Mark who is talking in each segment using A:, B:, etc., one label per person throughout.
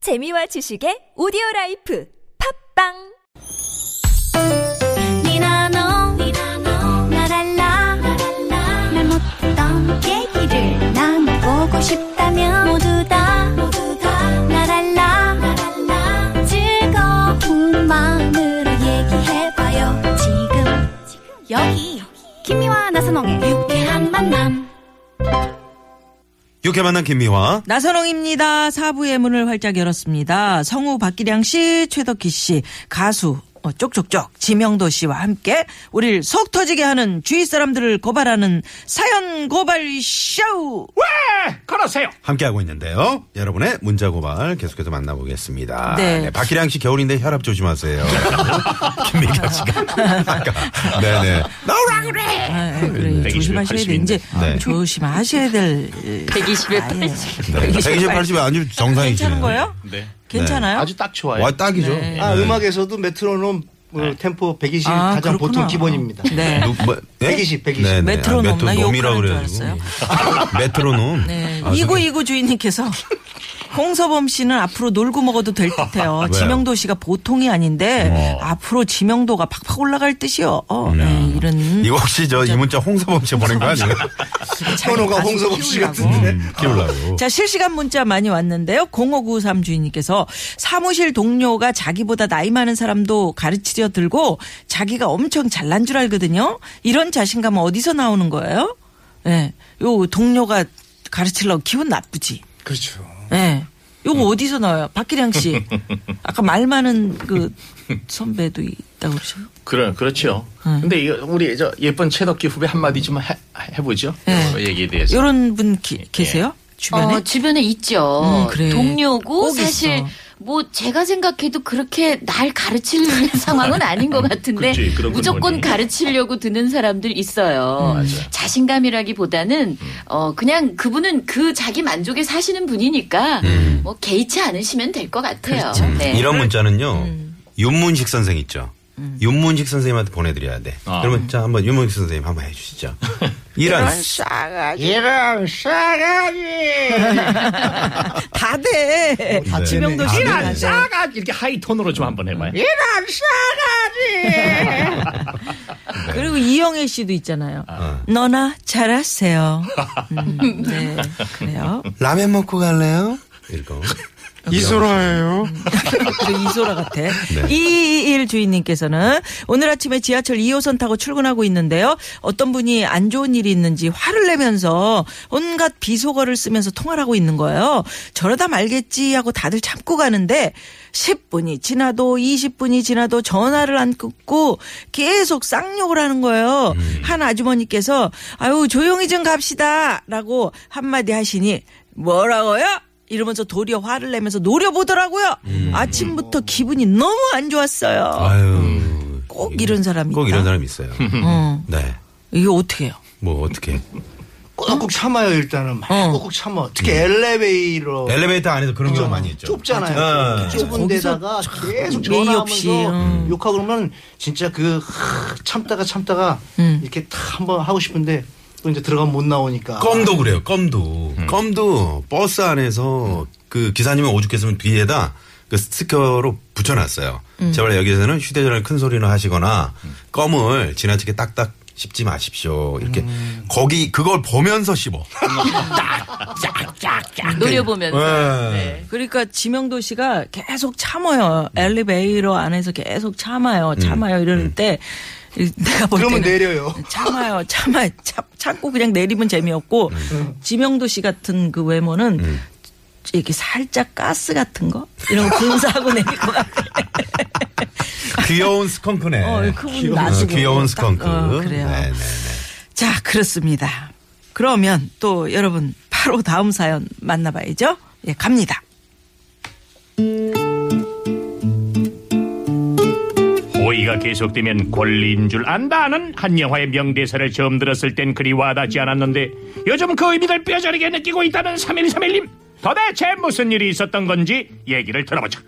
A: 재미와 지식의 오디오 라이프 팝빵
B: 니나 너 나랄라 말 못했던 얘기를 나눠보고 싶다면 모두 다 나랄라 즐거운 마음으로 얘기해봐요 지금 여기 김미와 나선홍의 유쾌한 만남
C: 육회 만난 김미화.
D: 나선홍입니다. 사부의 문을 활짝 열었습니다. 성우 박기량 씨, 최덕기 씨, 가수 어, 쪽쪽쪽 지명도 씨와 함께 우리를 속 터지게 하는 주위 사람들을 고발하는 사연 고발 쇼.
E: 에, 걸었어요.
C: 함께하고 있는데요. 여러분의 문자 고발 계속해서 만나보겠습니다.
D: 네.
C: 박기량 씨 겨울인데 혈압 조심하세요. 김미경 씨가. 아까. 네네. 나오라 그래!
D: 아, 그래,
E: 네.
D: 조심하셔야 돼. 이제
C: 네.
D: 조심하셔야 될.
F: 120에
D: 아,
F: 80.
C: 네. 120, 80이 아주
D: 괜찮은
C: 정상이시네요.
D: 거예요?
E: 네.
D: 괜찮아요?
G: 아주 딱 좋아요.
C: 와, 딱이죠.
D: 네.
G: 아, 음악에서도 메트로놈 어, 템포 120이
D: 아,
G: 가장
D: 그렇구나.
G: 보통 기본입니다.
D: 네.
C: 누- 뭐- 네?
G: 120, 120.
C: 네네.
D: 메트로놈.
C: 아,
D: 나
C: 메트로놈이라고
D: 욕하는
C: 그래가지고.
D: 줄
C: 메트로놈.
D: 네.
C: 아,
D: 이구 이구 주인님께서 홍서범 씨는 앞으로 놀고 먹어도 될 듯해요. 지명도 씨가 보통이 아닌데
C: 어.
D: 앞으로 지명도가 팍팍 올라갈 듯이요. 어, 네, 이런
C: 이거 혹시 저 이 문자 홍서범 씨 보낸 거 아니에요?
G: 선호가 홍서범 씨
D: 키우려고.
G: 같은데. 어.
C: 키우려고.
D: 음. 자, 실시간 문자 많이 왔는데요. 0593 주인님께서 사무실 동료가 자기보다 나이 많은 사람도 가르치려 들고 자기가 엄청 잘난 줄 알거든요. 이런 자신감은 어디서 나오는 거예요? 예. 요 동료가 가르치려고 기분 나쁘지.
G: 그렇죠. 음.
D: 예. 요거 어디서 나와요? 박기량 씨. 아까 말 많은 그 선배도 있다고 그러셔요?
E: 그래, 그렇죠. 근데 이거 우리 저 예쁜 최덕기 후배 한마디 좀 해, 해보죠.
D: 네.
E: 요 얘기에 대해서.
D: 요런 분
G: 예.
D: 기- 계세요? 주변에?
F: 어, 주변에 있죠.
D: 음, 그래.
F: 동료고
D: 꼭
F: 사실
D: 있어.
F: 뭐 제가 생각해도 그렇게 날 가르칠 상황은 아닌
D: 어,
F: 것 같은데
E: 그치, 그런 건
F: 무조건
E: 뭐니?
F: 가르치려고 드는 사람들
D: 음,
F: 있어요. 자신감이라기보다는
E: 음.
F: 어 그냥 그분은 그 자기 만족에 사시는 분이니까
D: 음.
F: 뭐 개의치 않으시면 될 것 같아요.
D: 그렇죠.
F: 네.
C: 이런 문자는요.
D: 음.
C: 윤문식 선생 있죠. 윤문식 선생님한테 보내드려야 돼.
E: 아.
C: 그러면 자 한번 윤문식 선생님 한번 해주시죠. 이런
D: 다 돼.
C: 네.
D: 지명도 씨.
C: 다
E: 이란
C: 돼.
E: 싸가 이렇게 하이 톤으로 좀 한번 해봐요.
D: 예. 그리고 이영애 씨도 있잖아요. 너나 잘하세요. 음, 네, 그래요.
C: 라면 먹고 갈래요? 이거
G: 이소라예요.
D: 그 이소라 같아. 221 주인님께서는 오늘 아침에 지하철 2호선 타고 출근하고 있는데요. 어떤 분이 안 좋은 일이 있는지 화를 내면서 온갖 비속어를 쓰면서 통화를 하고 있는 거예요. 저러다 말겠지 하고 다들 참고 가는데 10분이 지나도 20분이 지나도 전화를 안 끊고 계속 쌍욕을 하는 거예요. 한 아주머니께서 아유 조용히 좀 갑시다 라고 한마디 하시니 뭐라고요? 이러면서 도리어 화를 내면서 노려보더라고요. 아침부터 기분이 너무 안 좋았어요.
C: 아. 아유
D: 음. 꼭 이런 사람이
C: 꼭
D: 있다.
C: 이런 사람 있어요.
D: 어.
C: 네.
D: 이거 어떻게 해요?
C: 뭐 어떻게
G: 꾹꾹 참아요, 일단은. 막
D: 어.
G: 꾹꾹 참아. 특히 엘리베이터.
C: 엘리베이터 안에서 그런 경우 많이 있죠.
G: 좁잖아요.
C: 아,
G: 좁은 데다가 계속
D: 네. 예의 없이,
G: 전화하면서
D: 음.
G: 욕하고 그러면 진짜 그 하, 참다가 참다가
D: 음.
G: 이렇게 다 한번 하고 싶은데 또 이제 들어가면 못 나오니까.
C: 아. 껌도 그래요. 껌도 껌도 버스 안에서 그 기사님은 오죽했으면 뒤에다 그 스티커로 붙여놨어요.
D: 음.
C: 제발 여기에서는 휴대전화를 큰 소리로 하시거나 껌을 지나치게 딱딱 씹지 마십시오. 이렇게
D: 음.
C: 거기 그걸 보면서 씹어. 어.
F: 노려보면서.
C: 네.
D: 그러니까 지명도 씨가 계속 참아요. 엘리베이터 안에서 계속 참아요. 참아요. 이러는 때 이- 내가 볼
G: 그러면
D: 때는
G: 내려요.
D: 참아요. 참아 참, 참고 그냥 내리면 재미없고 지명도 씨 같은 그 외모는 이렇게 살짝 가스 같은 거 이런 거 분사하고 내릴 것 같아.
C: 귀여운 스컹크네.
D: 어, 그분
C: 귀여운-
D: 나시고.
C: 귀여운 스컹크.
D: 딱, 어, 그래요.
C: 네네네.
D: 자, 그렇습니다. 그러면 또 여러분 바로 다음 사연 만나봐야죠. 예, 갑니다.
E: 호의가 계속되면 권리인 줄 안다는 한 영화의 명대사를 처음 들었을 땐 그리 와닿지 않았는데 요즘 그 의미를 뼈저리게 느끼고 있다는 3131님 도대체 무슨 일이 있었던 건지 얘기를 들어보자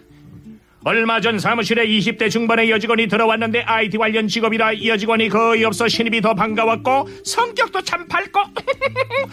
E: 얼마 전 사무실에 20대 중반의 여직원이 들어왔는데 IT 관련 직업이라 이 여직원이 거의 없어 신입이 더 반가웠고 성격도 참 밝고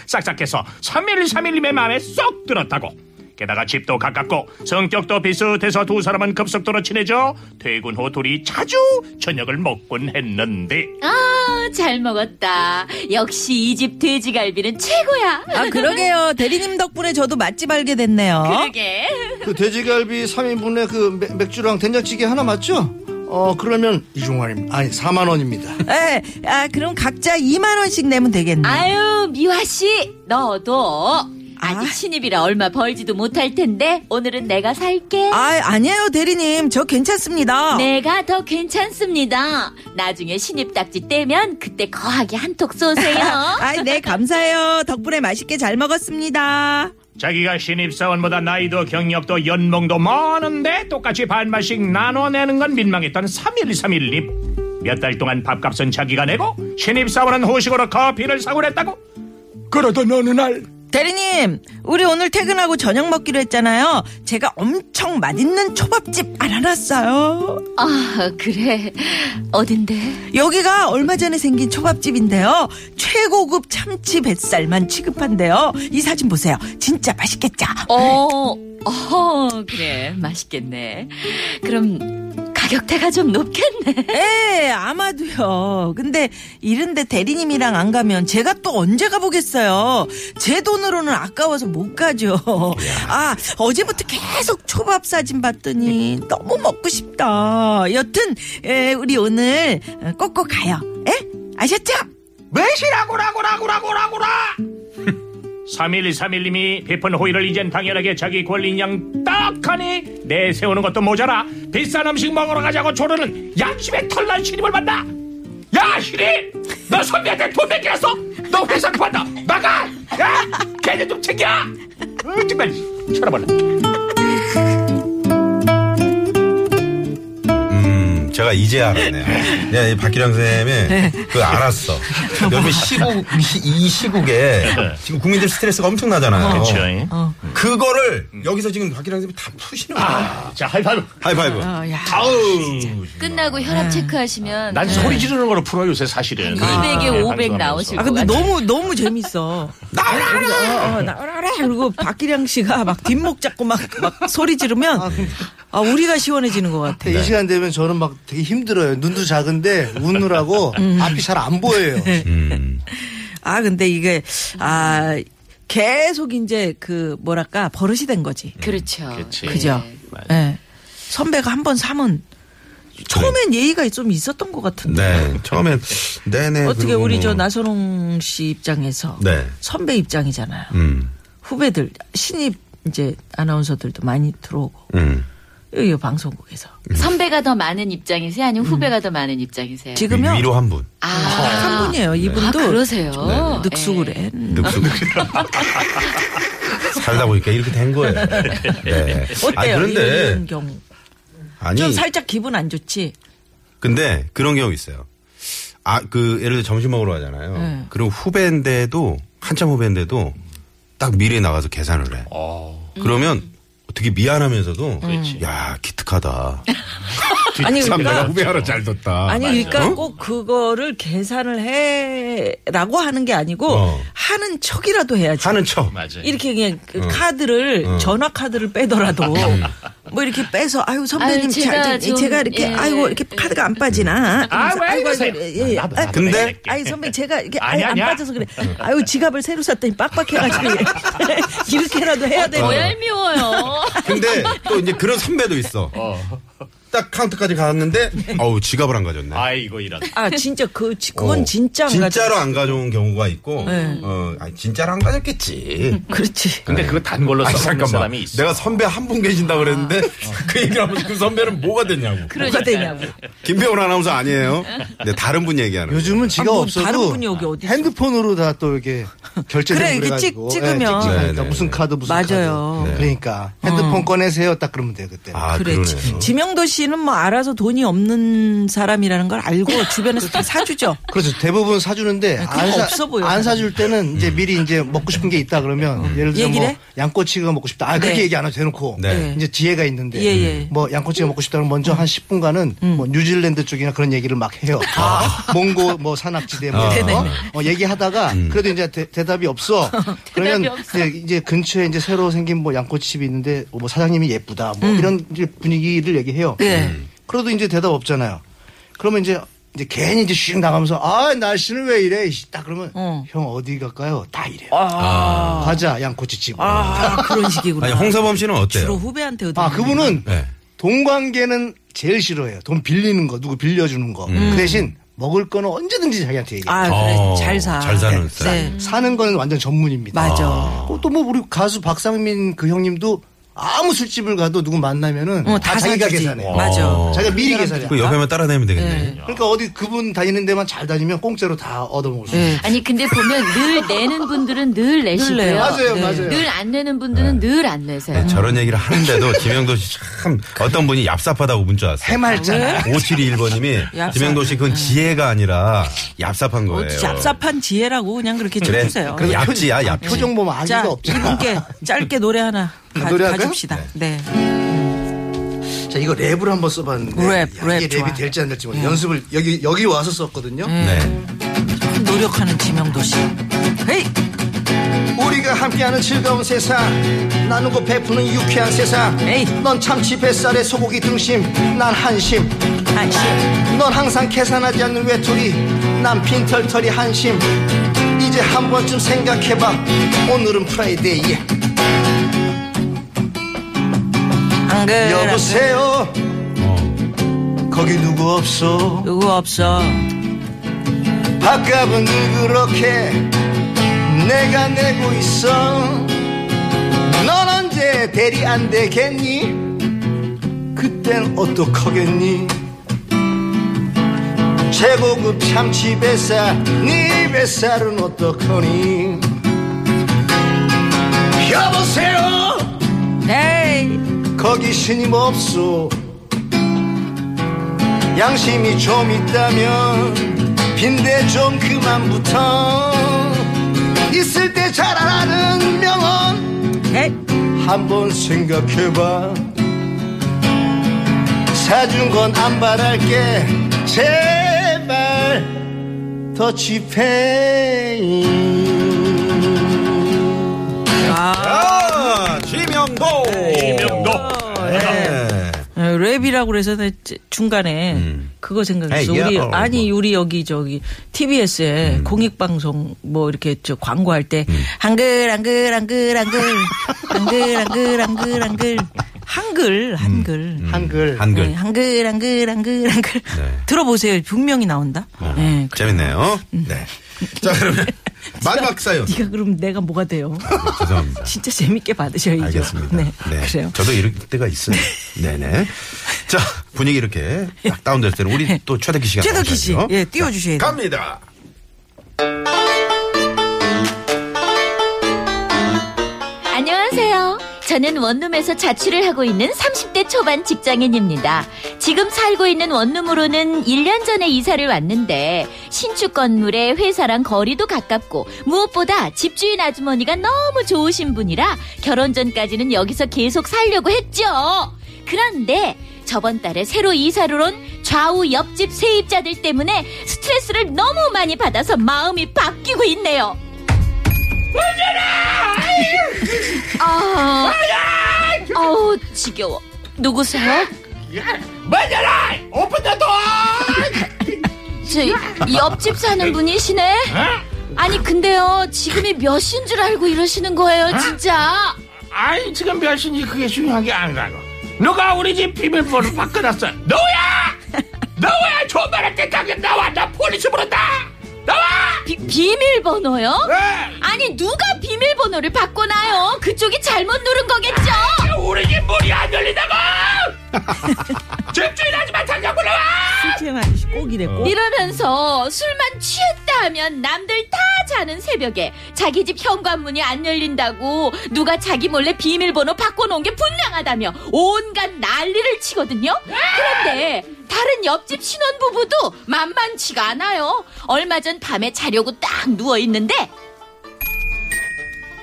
E: 싹싹해서 3131님의 마음에 쏙 들었다고 게다가 집도 가깝고 성격도 비슷해서 두 사람은 급속도로 친해져 퇴근 후 둘이 자주 저녁을 먹곤 했는데
F: 아, 잘 먹었다. 역시 이 집 돼지갈비는 최고야.
D: 아, 그러게요. 대리님 덕분에 저도 맛집 알게 됐네요.
F: 그러게.
G: 그 돼지갈비 3인분에 그 맥- 맥주랑 된장찌개 하나 맞죠? 어 그러면 이중환입니다. 아니 4만 원입니다.
D: 예. 아, 그럼 각자 2만원씩 내면 되겠네.
F: 아유, 미화 씨, 너도 아직
D: 아.
F: 신입이라 얼마 벌지도 못할 텐데 오늘은 내가 살게.
D: 아, 아니에요, 대리님. 저 괜찮습니다.
F: 내가 더 괜찮습니다. 나중에 신입 딱지 떼면 그때 거하게 한턱 쏘세요.
D: 아, 네, 감사해요. 덕분에 맛있게 잘 먹었습니다.
E: 자기가 신입사원보다 나이도 경력도 연봉도 많은데 똑같이 반반씩 나눠내는 건 민망했던 3131님 몇 달 동안 밥값은 자기가 내고 신입사원은 호식으로 커피를 사고랬다고 그러던 어느 날
D: 대리님, 우리 오늘 퇴근하고 저녁 먹기로 했잖아요. 제가 엄청 맛있는 초밥집 알아놨어요.
F: 아, 그래. 어딘데?
D: 여기가 얼마 전에 생긴 초밥집인데요. 최고급 참치 뱃살만 취급한대요. 이 사진 보세요. 진짜 맛있겠죠?
F: 어, 어, 그래. 맛있겠네. 그럼 가격대가 좀 높겠네.
D: 예, 아마도요. 근데 이런데 대리님이랑 안 가면 제가 또 언제 가보겠어요. 제 돈으로는 아까워서 못 가죠. 아, 어제부터 계속 초밥 사진 봤더니 너무 먹고 싶다. 여튼 예, 우리 오늘 꼭꼭 가요. 예? 아셨죠?
E: 매시라고라고라고라고라고라 3131님이 베푼 호의를 이젠 당연하게 자기 권리인양 딱하니 내세우는 것도 모자라 비싼 음식 먹으러 가자고 조르는 양심의 털난 신입을 만나 야 신입 너 선배한테 돈 뺏겼어 너 회사 그만다 나가 야 걔네 좀 챙겨 어, 정말 쳐다볼라
C: 음, 제가 이제 알았네요. 네, 이 박기량 쌤의
D: 네.
C: 그 알았어. 요즘 시국, 시- 이 시국에
D: 네.
C: 지금 국민들 스트레스가
D: 어,
C: 엄청나잖아요.
D: 그렇죠. 예.
C: 어. 그거를 여기서 지금 박기량 쌤이 다 푸시는 거예요.
E: 자 하이파이브
C: 하이파이브.
D: 아. 어, 야.
E: 아우
F: 끝나고
D: 네.
F: 혈압 체크하시면
E: 난 소리 지르는 걸로 풀어 요새 사실은 아,
F: 200에 500 나오실
D: 아
F: 것
D: 근데
F: 같아요.
D: 너무 너무 재밌어. 어, 나오라라. 나오라라. 그리고 박기량 씨가 막 뒷목 잡고 막, 막 소리 지르면 아 우리가 시원해지는 것 같아.
G: 이 시간 되면 저는 막 되게 힘들어요. 눈도 작은데 우느라고
D: 음.
G: 앞이 잘 안 보여요.
D: 네. 아 근데 이게 아 계속 이제 그 뭐랄까 버릇이 된 거지.
F: 그렇죠.
E: 그치.
D: 그죠? 예. 선배가 한 번 사면 처음엔 예의가 좀 있었던 것 같은데.
C: 네, 처음에 네네.
D: 어떻게
C: 그리고
D: 우리
C: 뭐-
D: 저 나선홍 씨 입장에서
C: 네.
D: 선배 입장이잖아요.
C: 음,
D: 후배들 신입 이제 아나운서들도 많이 들어오고
C: 음.
D: 이 방송국에서
F: 선배가 더 많은 입장이세요? 아니면
D: 음.
F: 후배가 더 많은 입장이세요?
D: 지금요
C: 위로 한 분.
F: 아,
D: 한 분이에요.
F: 아,
D: 이분도 음.
F: 그러세요.
D: 늑숙을
F: 예.
D: 해.
C: 늑수. 음. 살다 보니까 이렇게 된 거예요. 네.
D: 어때요?
C: 아니,
D: 이런
C: 그런데
D: 경우
C: 아니
D: 좀 살짝 기분 안 좋지.
C: 근데 그런 경우 있어요. 아, 그, 예를 들어 점심 먹으러 가잖아요.
D: 네.
C: 그럼 후배인데도, 한참 후배인데도 딱 미리 나가서 계산을 해. 그러면 되게 미안하면서도, 야, 기특하다.
D: 아니
C: 참 내가
D: 그러니까
C: 후배하러 잘 뒀다.
D: 아니 그러니까
C: 어?
D: 꼭 그거를 계산을 해라고 하는 게 아니고
C: 어.
D: 하는 척이라도 해야지.
C: 하는 척.
D: 이렇게 그냥 그 카드를 전화 카드를 빼더라도 뭐 이렇게 빼서 아유 선배님
F: 아유,
D: 제가
F: 제가
D: 제가,
F: 좀,
D: 이렇게
F: 예,
D: 아이고 이렇게 카드가 안 빠지나
E: 아, 왜 이러세요?
D: 예, 예.
E: 나도,
D: 아,
E: 나도
C: 근데-
E: 내가 낼게.
D: 아니 선배 제가 이게 아유,
E: 아니야,
D: 안
E: 아니야.
D: 빠져서 그래. 아유 지갑을 새로 샀더니 빡빡해가지고 이렇게라도 해야 돼.
F: 뭐 얄미워요.
C: 근데 또 이제 그런 선배도 있어. 딱 카운터까지 갔는데, 어우, 지갑을 안 가졌네.
E: 아이고 이런
D: 아 진짜 그 지- 그건
C: 어,
D: 진짜 안 네. 가져.
C: 진짜로 안 가져온 경우가 있고, 어, 아니, 진짜로 안 가졌겠지.
D: 그렇지.
E: 근데 그거 단 걸로
C: 아니,
E: 써먹는
C: 잠깐만.
E: 사람이 있어
C: 내가 선배 한 분 계신다 그랬는데 그 얘기를 하면서 그 선배는 뭐가 됐냐고.
D: 뭐가 되냐고.
C: 김병훈 아나운서 아니에요. 근데 다른 분 얘기하는. 거예요.
G: 요즘은 지가
D: 아, 뭐
G: 없어도
D: 다른 분이 여기 어디 있어?
G: 핸드폰으로 다 또 이렇게 결제를
D: 그래, 이렇게
G: 해가지고.
D: 찍- 찍으면.
G: 예, 찍- 찍으니까
C: 네, 네,
G: 무슨 카드 무슨
D: 맞아요. 네. 어.
G: 카드. 그러니까 핸드폰 꺼내세요. 딱 그러면 돼 그때.
C: 아,
D: 그래.
C: 그러네요.
D: 지- 지명도 씨 씨는 뭐 알아서 돈이 없는 사람이라는 걸 알고 주변에서 다 사주죠.
G: 그렇죠. 대부분 사주는데
D: 아, 그거 없어 보여.
G: 안 사줄 때는 이제 미리 이제 먹고 싶은 게 있다 그러면 예를 들어
D: 얘기를
G: 뭐
D: 해?
G: 양꼬치가 먹고 싶다. 아 그렇게
D: 네.
G: 얘기 안 하고 대놓고
C: 네.
G: 이제 지혜가 있는데
D: 예, 음. 예.
G: 뭐 양꼬치가 먹고 싶다 그러면 먼저 한 10분간은 뭐 뉴질랜드 쪽이나 그런 얘기를 막 해요. 몽고 뭐 산악지대 뭐
D: 네,
G: 이런 거 어, 얘기하다가 그래도 이제 대, 답이 없어. 그러면 이제, 이제 근처에 이제 새로 생긴 뭐 양꼬치집이 있는데 뭐 사장님이 예쁘다.
D: 음.
G: 뭐 이런 이제 분위기를 얘기해요.
D: 네.
C: 음.
G: 그래도 이제 대답 없잖아요. 그러면 이제 이제 괜히 이제 슉 나가면서 아 날씨는 왜 이래 씨, 딱 그러면
D: 어.
G: 형 어디 갈까요 다 이래요 과자 양꼬치집
D: 아,
G: 아,
D: 그런 식이구나.
C: 아니, 홍서범 씨는 어때요?
D: 주로 후배한테 얻어.
G: 그분은
C: 네.
G: 돈 관계는 제일 싫어해요 돈 빌리는 거 누구 빌려주는 거 그 대신 먹을 거는 언제든지 자기한테 얘기해요
D: 아, 그래.
C: 어,
D: 잘 사.
C: 잘 사는 스타일.
D: 네.
G: 사는 거는 완전 전문입니다
D: 맞아.
G: 또 뭐 우리 가수 박상민 그 형님도 아무 술집을 가도 누구 만나면은
D: 어,
G: 다,
D: 다
G: 자기가
D: 사주지.
G: 계산해 요
D: 맞아.
C: 아, 어.
G: 자기가 미리 계산해 요
C: 그 옆에만 따라다니면 되겠네.
G: 그러니까 어디 그분 다니는 데만 잘 다니면 공짜로 다 얻어먹을
D: 네.
G: 수 있어요
D: 예.
F: 아니 근데 보면 늘 내는 분들은 늘 내시고요.
D: 내요.
G: 맞아요, 맞아요.
F: 늘 안 내는 분들은 늘 안 내세요.
C: 네, 저런 얘기를 하는데도 김영도 씨 참 어떤 분이 얍삽하다고 문자 왔어요.
G: 해맑잖아
D: 네.
C: 5721번님이
D: 얍삽. 어,
C: 김영도 씨 그건 지혜가 아니라 얍삽한 거예요.
D: 잡삽한 지혜라고 그냥 그렇게
C: 그래.
D: 쳐주세요.
C: 그래도 얍지야, 얍지.
G: 표정 보면 아기가
D: 자,
G: 없잖아.
D: 이분께 짧게 노래 하나 가,
G: 노래할까요?
D: 가줍시다. 네.
G: 자, 이거 랩을 한번 써봤는데
D: 랩,
G: 야,
D: 랩
G: 이게
D: 좋아. 음.
G: 랩이 될지 안 될지 모르 연습을 여기 여기 와서 썼거든요.
C: 네.
D: 참 노력하는 지명도 씨. 헤이!
G: 우리가 함께하는 즐거운 세상 나누고 베푸는 유쾌한 세상.
D: 에이.
G: 넌 참치 뱃살에 소고기 등심, 난 한심.
D: 한시.
G: 넌 항상 계산하지 않는 외톨이, 난 빈털털이 한심. 이제 한 번쯤 생각해봐. 오늘은 프라이데이.
D: 안 그래.
G: 여보세요. 거기 누구 없어?
D: 누구 없어.
G: 밥값은 늘 그렇게 내가 내고 있어 넌 언제 대리 안 되겠니 그땐 어떡하겠니 최고급 참치 뱃살 네 뱃살은 어떡하니 여보세요
D: 에이!
G: 거기 신임 없소 양심이 좀 있다면 빈대 좀 그만부터 있을 때 잘 알아는 명언
D: 에이!
G: 한번 생각해봐 사준 건 안 바랄게 제발 더치페이
C: 아, 지명도.
E: 지명도.
C: 네.
D: 어, 랩이라고 그래서 내 제- 중간에
G: 음.
D: 그거 생각했어.
C: 에이,
D: 우리
C: 야, 어,
D: 아니
C: 뭐.
D: 우리 여기 저기 TBS에
G: 음.
D: 공익 방송 뭐 이렇게 저 광고할 때 한글 한글 한글 한글 한글 한글 한글 한글 한글 한글
G: 음. 한글
C: 한글.
D: 네, 한글 한글 한글 한글
C: 네.
D: 들어보세요. 분명히 나온다.
G: 어.
D: 네.
C: 재밌네요. 네. 자, 그러면 마지막 사연.
D: 네가 그럼 내가 뭐가 돼요?
C: 죄송합니다.
D: 진짜 재밌게 받으셔야죠.
C: 알겠습니다.
D: 네. 그래요.
C: 저도 이럴 때가 있어요. 네네. 자, 분위기 이렇게 딱 다운될 때는 우리 또 최덕기 씨가
D: 네. 최덕희 씨,
C: 나오셔야죠.
D: 예, 띄워주셔야 돼요.
C: 갑니다.
F: 안녕하세요. 저는 원룸에서 자취를 하고 있는 30대 초반 직장인입니다. 지금 살고 있는 원룸으로는 1년 전에 이사를 왔는데 신축 건물에 회사랑 거리도 가깝고 무엇보다 집주인 아주머니가 너무 좋으신 분이라 결혼 전까지는 여기서 계속 살려고 했죠. 그런데 저번 달에 새로 이사를 온 좌우 옆집 세입자들 때문에 스트레스를 너무 많이 받아서 마음이 바뀌고 있네요. 아, 아우 지겨워. 누구세요?
E: 맞아라! 오픈 더 도어!
F: 저 옆집 사는 분이시네.
E: 어?
F: 아니 근데요 지금이 몇 시인 줄 알고 이러시는 거예요 진짜.
E: 아니 지금 몇 시인지 그게 중요한 게 아니라고 누가 우리 집 비밀번호 바꿔놨어 너야! 너야! 조만할 때 당장 나와 나 폴리스 부른다! 나와!
F: 비, 비밀번호요?
E: 왜?
F: 아니 누가 비밀번호를 바꿔놔요? 그쪽이 잘못 누른 거겠죠?
E: 우리 집 문이 안 열린다고! 집주인 하지 마 당장 불러와!
C: 어.
D: 실제만 꼭 이래 꼭.
F: 이러면서 술만 취했다 하면 남들 다 자는 새벽에 자기 집 현관문이 안 열린다고 누가 자기 몰래 비밀번호 바꿔놓은 게 분명하다며 온갖 난리를 치거든요. 그런데 다른 옆집 신혼부부도 만만치가 않아요. 얼마 전 밤에 자려고 딱 누워있는데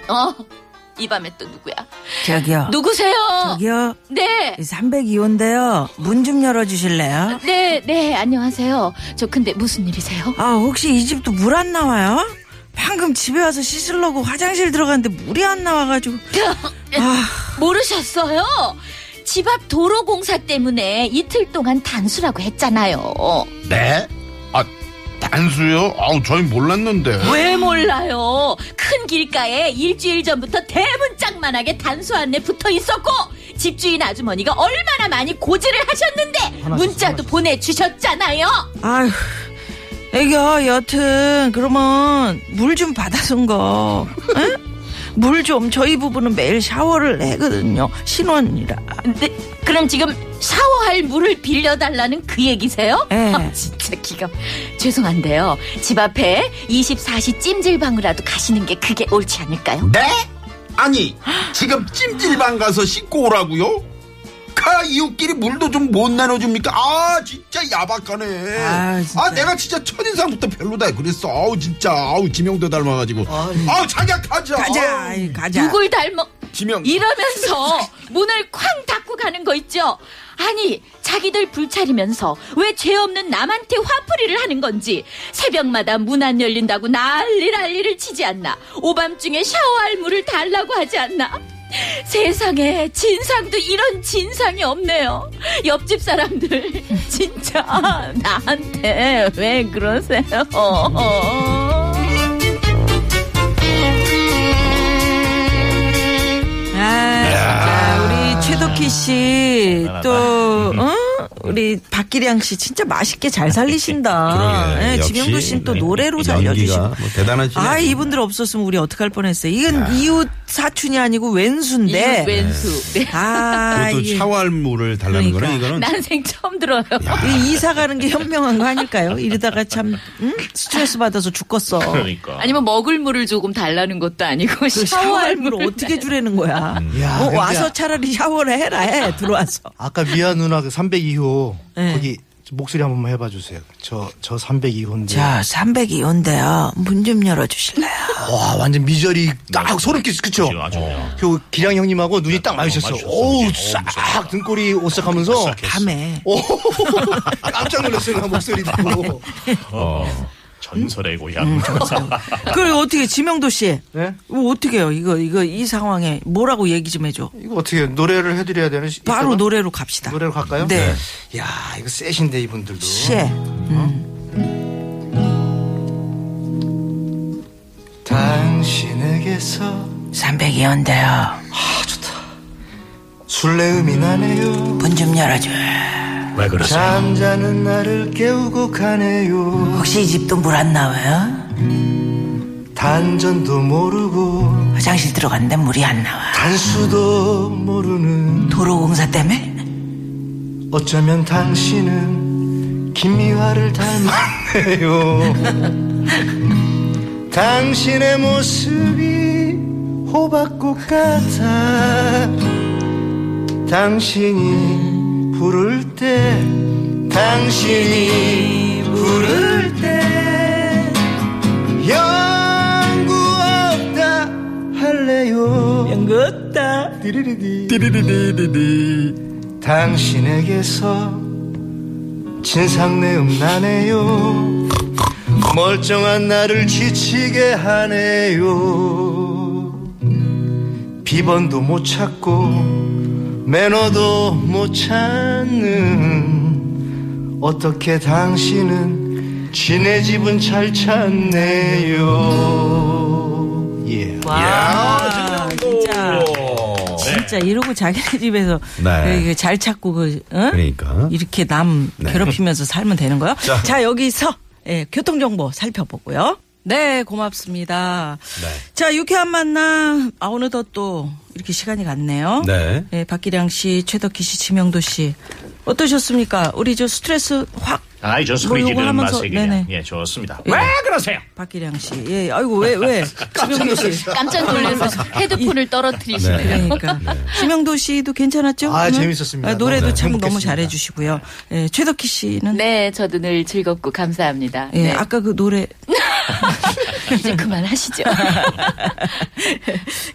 F: 어, 이 밤에 또 누구야?
D: 저기요.
F: 누구세요?
D: 저기요.
F: 네.
D: 302호인데요. 문 좀 열어주실래요?
F: 네, 네, 안녕하세요. 저 근데 무슨 일이세요?
D: 아, 혹시 이 집도 물 안 나와요? 방금 집에 와서 씻으려고 화장실 들어갔는데 물이 안 나와가지고. 아,
F: 모르셨어요? 집 앞 도로 공사 때문에 이틀 동안 단수라고 했잖아요.
H: 네? 아, 단수요? 아우, 저희 몰랐는데.
D: 뭐?
F: 왜 몰라요? 큰 길가에 일주일 전부터 대문짝만하게 단수 안내 붙어 있었고 집주인 아주머니가 얼마나 많이 고지를 하셨는데 문자도 보내주셨잖아요.
D: 아휴. 애기야, 여튼, 그러면, 물 좀 받아준 거. 응? 물 좀, 저희 부부는 매일 샤워를 해거든요. 신혼이라.
F: 근데 그럼 지금 샤워할 물을 빌려달라는 그 얘기세요?
D: 예.
F: 아, 진짜 기가 죄송한데요. 집 앞에 24시 찜질방으로라도 가시는 게 그게 옳지 않을까요?
H: 네? 아니, 지금 찜질방 가서 씻고 오라고요? 가 이웃끼리 물도 좀 못 나눠줍니까? 아, 진짜 야박하네.
D: 아, 진짜.
H: 내가 진짜 첫인상부터 별로다. 그랬어. 아우, 진짜. 아우, 지명도 닮아가지고. 아우, 자기야, 가자.
D: 가자,
H: 아우,
D: 아이, 가자.
F: 누굴 닮아
H: 지명.
F: 이러면서 문을 쾅 닫고 가는 거 있죠. 아니 자기들 불차리면서 왜 죄 없는 남한테 화풀이를 하는 건지 새벽마다 문 안 열린다고 난리 난리를 치지 않나 오밤중에 샤워할 물을 달라고 하지 않나 세상에 진상도 이런 진상이 없네요 옆집 사람들 진짜 나한테 왜 그러세요
D: 아, 진짜 우리 최덕희 씨,
C: 네,
D: 또, 어? 우리 박기량 씨 진짜 맛있게 잘 살리신다.
C: 그러게.
D: 예,
C: 역시
D: 지명도 씨는 또
C: 네.
D: 노래로
C: 연기가
D: 살려주시고.
C: 뭐 대단하시네.
D: 아, 이분들 없었으면 우리 어떡할 뻔했어요. 이건 이웃 사촌이 아니고 왼수인데.
F: 이웃 왼수 네.
D: 아,
C: 그것도
D: 이게
C: 샤워할 물을 달라는
D: 그러니까.
C: 거는 이거는
F: 난생 처음 들어요.
D: 이 이사 가는 게 현명한 거 아닐까요? 이러다가 참 음? 스트레스 받아서 죽겠어.
E: 그러니까.
F: 아니면 먹을 물을 조금 달라는 것도 아니고
D: 그
F: 샤워할
D: 샤워할 물을
F: 물을
D: 어떻게 주라는 거야?
G: 야,
D: 어,
G: 근데
D: 와서 차라리 샤워를 해라 해 들어와서.
G: 아까 미아 누나 그 302호
D: 네.
G: 거기 목소리 한 번만 해봐 주세요. 저 저 302호인데.
D: 자, 302호인데요. 문 좀 열어주실래요?
G: 와 완전 미절이 딱 소름 끼치 네. 그쵸?
E: 아주 그냥.
G: 그 기량 형님하고 눈이 딱 마주쳤어.
E: 마주쳤어,
G: 오우
E: 그치. 어우,
G: 싹 등골이 오싹하면서
D: 밤에.
G: 오 깜짝 놀랐어요 나 목소리 듣고.
E: 어, 전설의 고향.
D: 그리고 어떻게 지명도 씨?
G: 네?
D: 이거 어떻게 해요? 이거 이거 이 상황에 뭐라고 얘기 좀 해줘.
G: 이거 어떻게 노래를 해드려야 되는? 시-
D: 바로
G: 이따가?
D: 노래로 갑시다.
G: 노래로 갈까요?
D: 네.
G: 야 이거 셋인데 이분들도.
D: 씨.
G: 당신에게서
D: 302호인데요.
G: 술래음이 나네요.
D: 문 좀 열어줘.
E: 왜 그러세요?
G: 잠자는 나를 깨우고 가네요.
D: 혹시 이 집도 물 안 나와요?
G: 단전도 모르고
D: 화장실 들어갔는데 물이 안 나와.
G: 단수도 모르는
D: 도로 공사 때문에?
G: 어쩌면 당신은 김미화를 닮았네요. 당신의 모습이 호박꽃 같아. 당신이 부를 때, 당신이 부를 때, 연구 없다 할래요.
D: 연긋다.
G: 띠리리디 당신에게서 진상내음 나네요 멀쩡한 나를 지치게 하네요 비번도 못 찾고 매너도 못 찾는 어떻게 당신은 지네 집은 잘 찾네요 예.
D: 와. 아,
C: 예.
D: 진짜. 진짜 이러고 자기네 집에서
C: 네.
D: 그잘 찾고 그 응?
C: 그러니까.
D: 이렇게 남
C: 네.
D: 괴롭히면서 살면 되는 거요. 자,
C: 자.
D: 여기서 예, 교통 정보 살펴보고요. 네, 고맙습니다.
C: 네.
D: 자, 유쾌한 만남. 아, 어느덧 또 이렇게 시간이 갔네요.
C: 네.
D: 예, 박기량 씨, 최덕희 씨, 지명도 씨. 어떠셨습니까? 우리 저 스트레스 확
E: 아이 저 소리
D: 뭐 요거
E: 지르는
D: 하면서-
E: 맛에 그냥
D: 네네.
E: 예 좋습니다.
D: 예.
E: 왜 그러세요?
D: 박기량 씨. 예, 아이고, 왜, 왜. 심영도 씨.
F: 깜짝 놀라서 헤드폰을 떨어뜨리시네요.
D: 그러니까. 심영도 씨도 괜찮았죠?
G: 아,
D: 오늘?
G: 재밌었습니다.
D: 아, 노래도
G: 너무
D: 참 너무
G: 행복했습니다.
D: 잘해주시고요. 예, 최덕희 씨는.
F: 네, 저도 늘 즐겁고 감사합니다.
D: 예,
F: 네,
D: 아까 그 노래.
F: 이제 그만하시죠.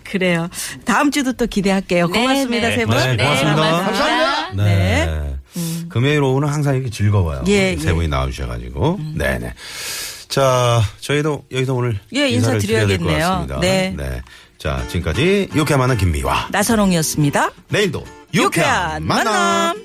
D: 그래요. 다음 주도 또 기대할게요.
F: 네,
D: 고맙습니다,
F: 네.
D: 세 분.
C: 네, 고맙습니다.
F: 감사합니다.
C: 네. 금요일 오후는 항상 이렇게 즐거워요.
D: 음. 예, 음.
C: 세
D: 예.
C: 분이 나와주셔가지고. 네네. 자, 저희도 여기서 오늘
D: 예,
C: 인사를 드려야 될 것
D: 인사드려야겠네요.
C: 같습니다.
D: 네.
C: 자, 지금까지 유쾌한 만남 김미화.
D: 나선홍이었습니다.
C: 내일도
D: 유쾌한 만남.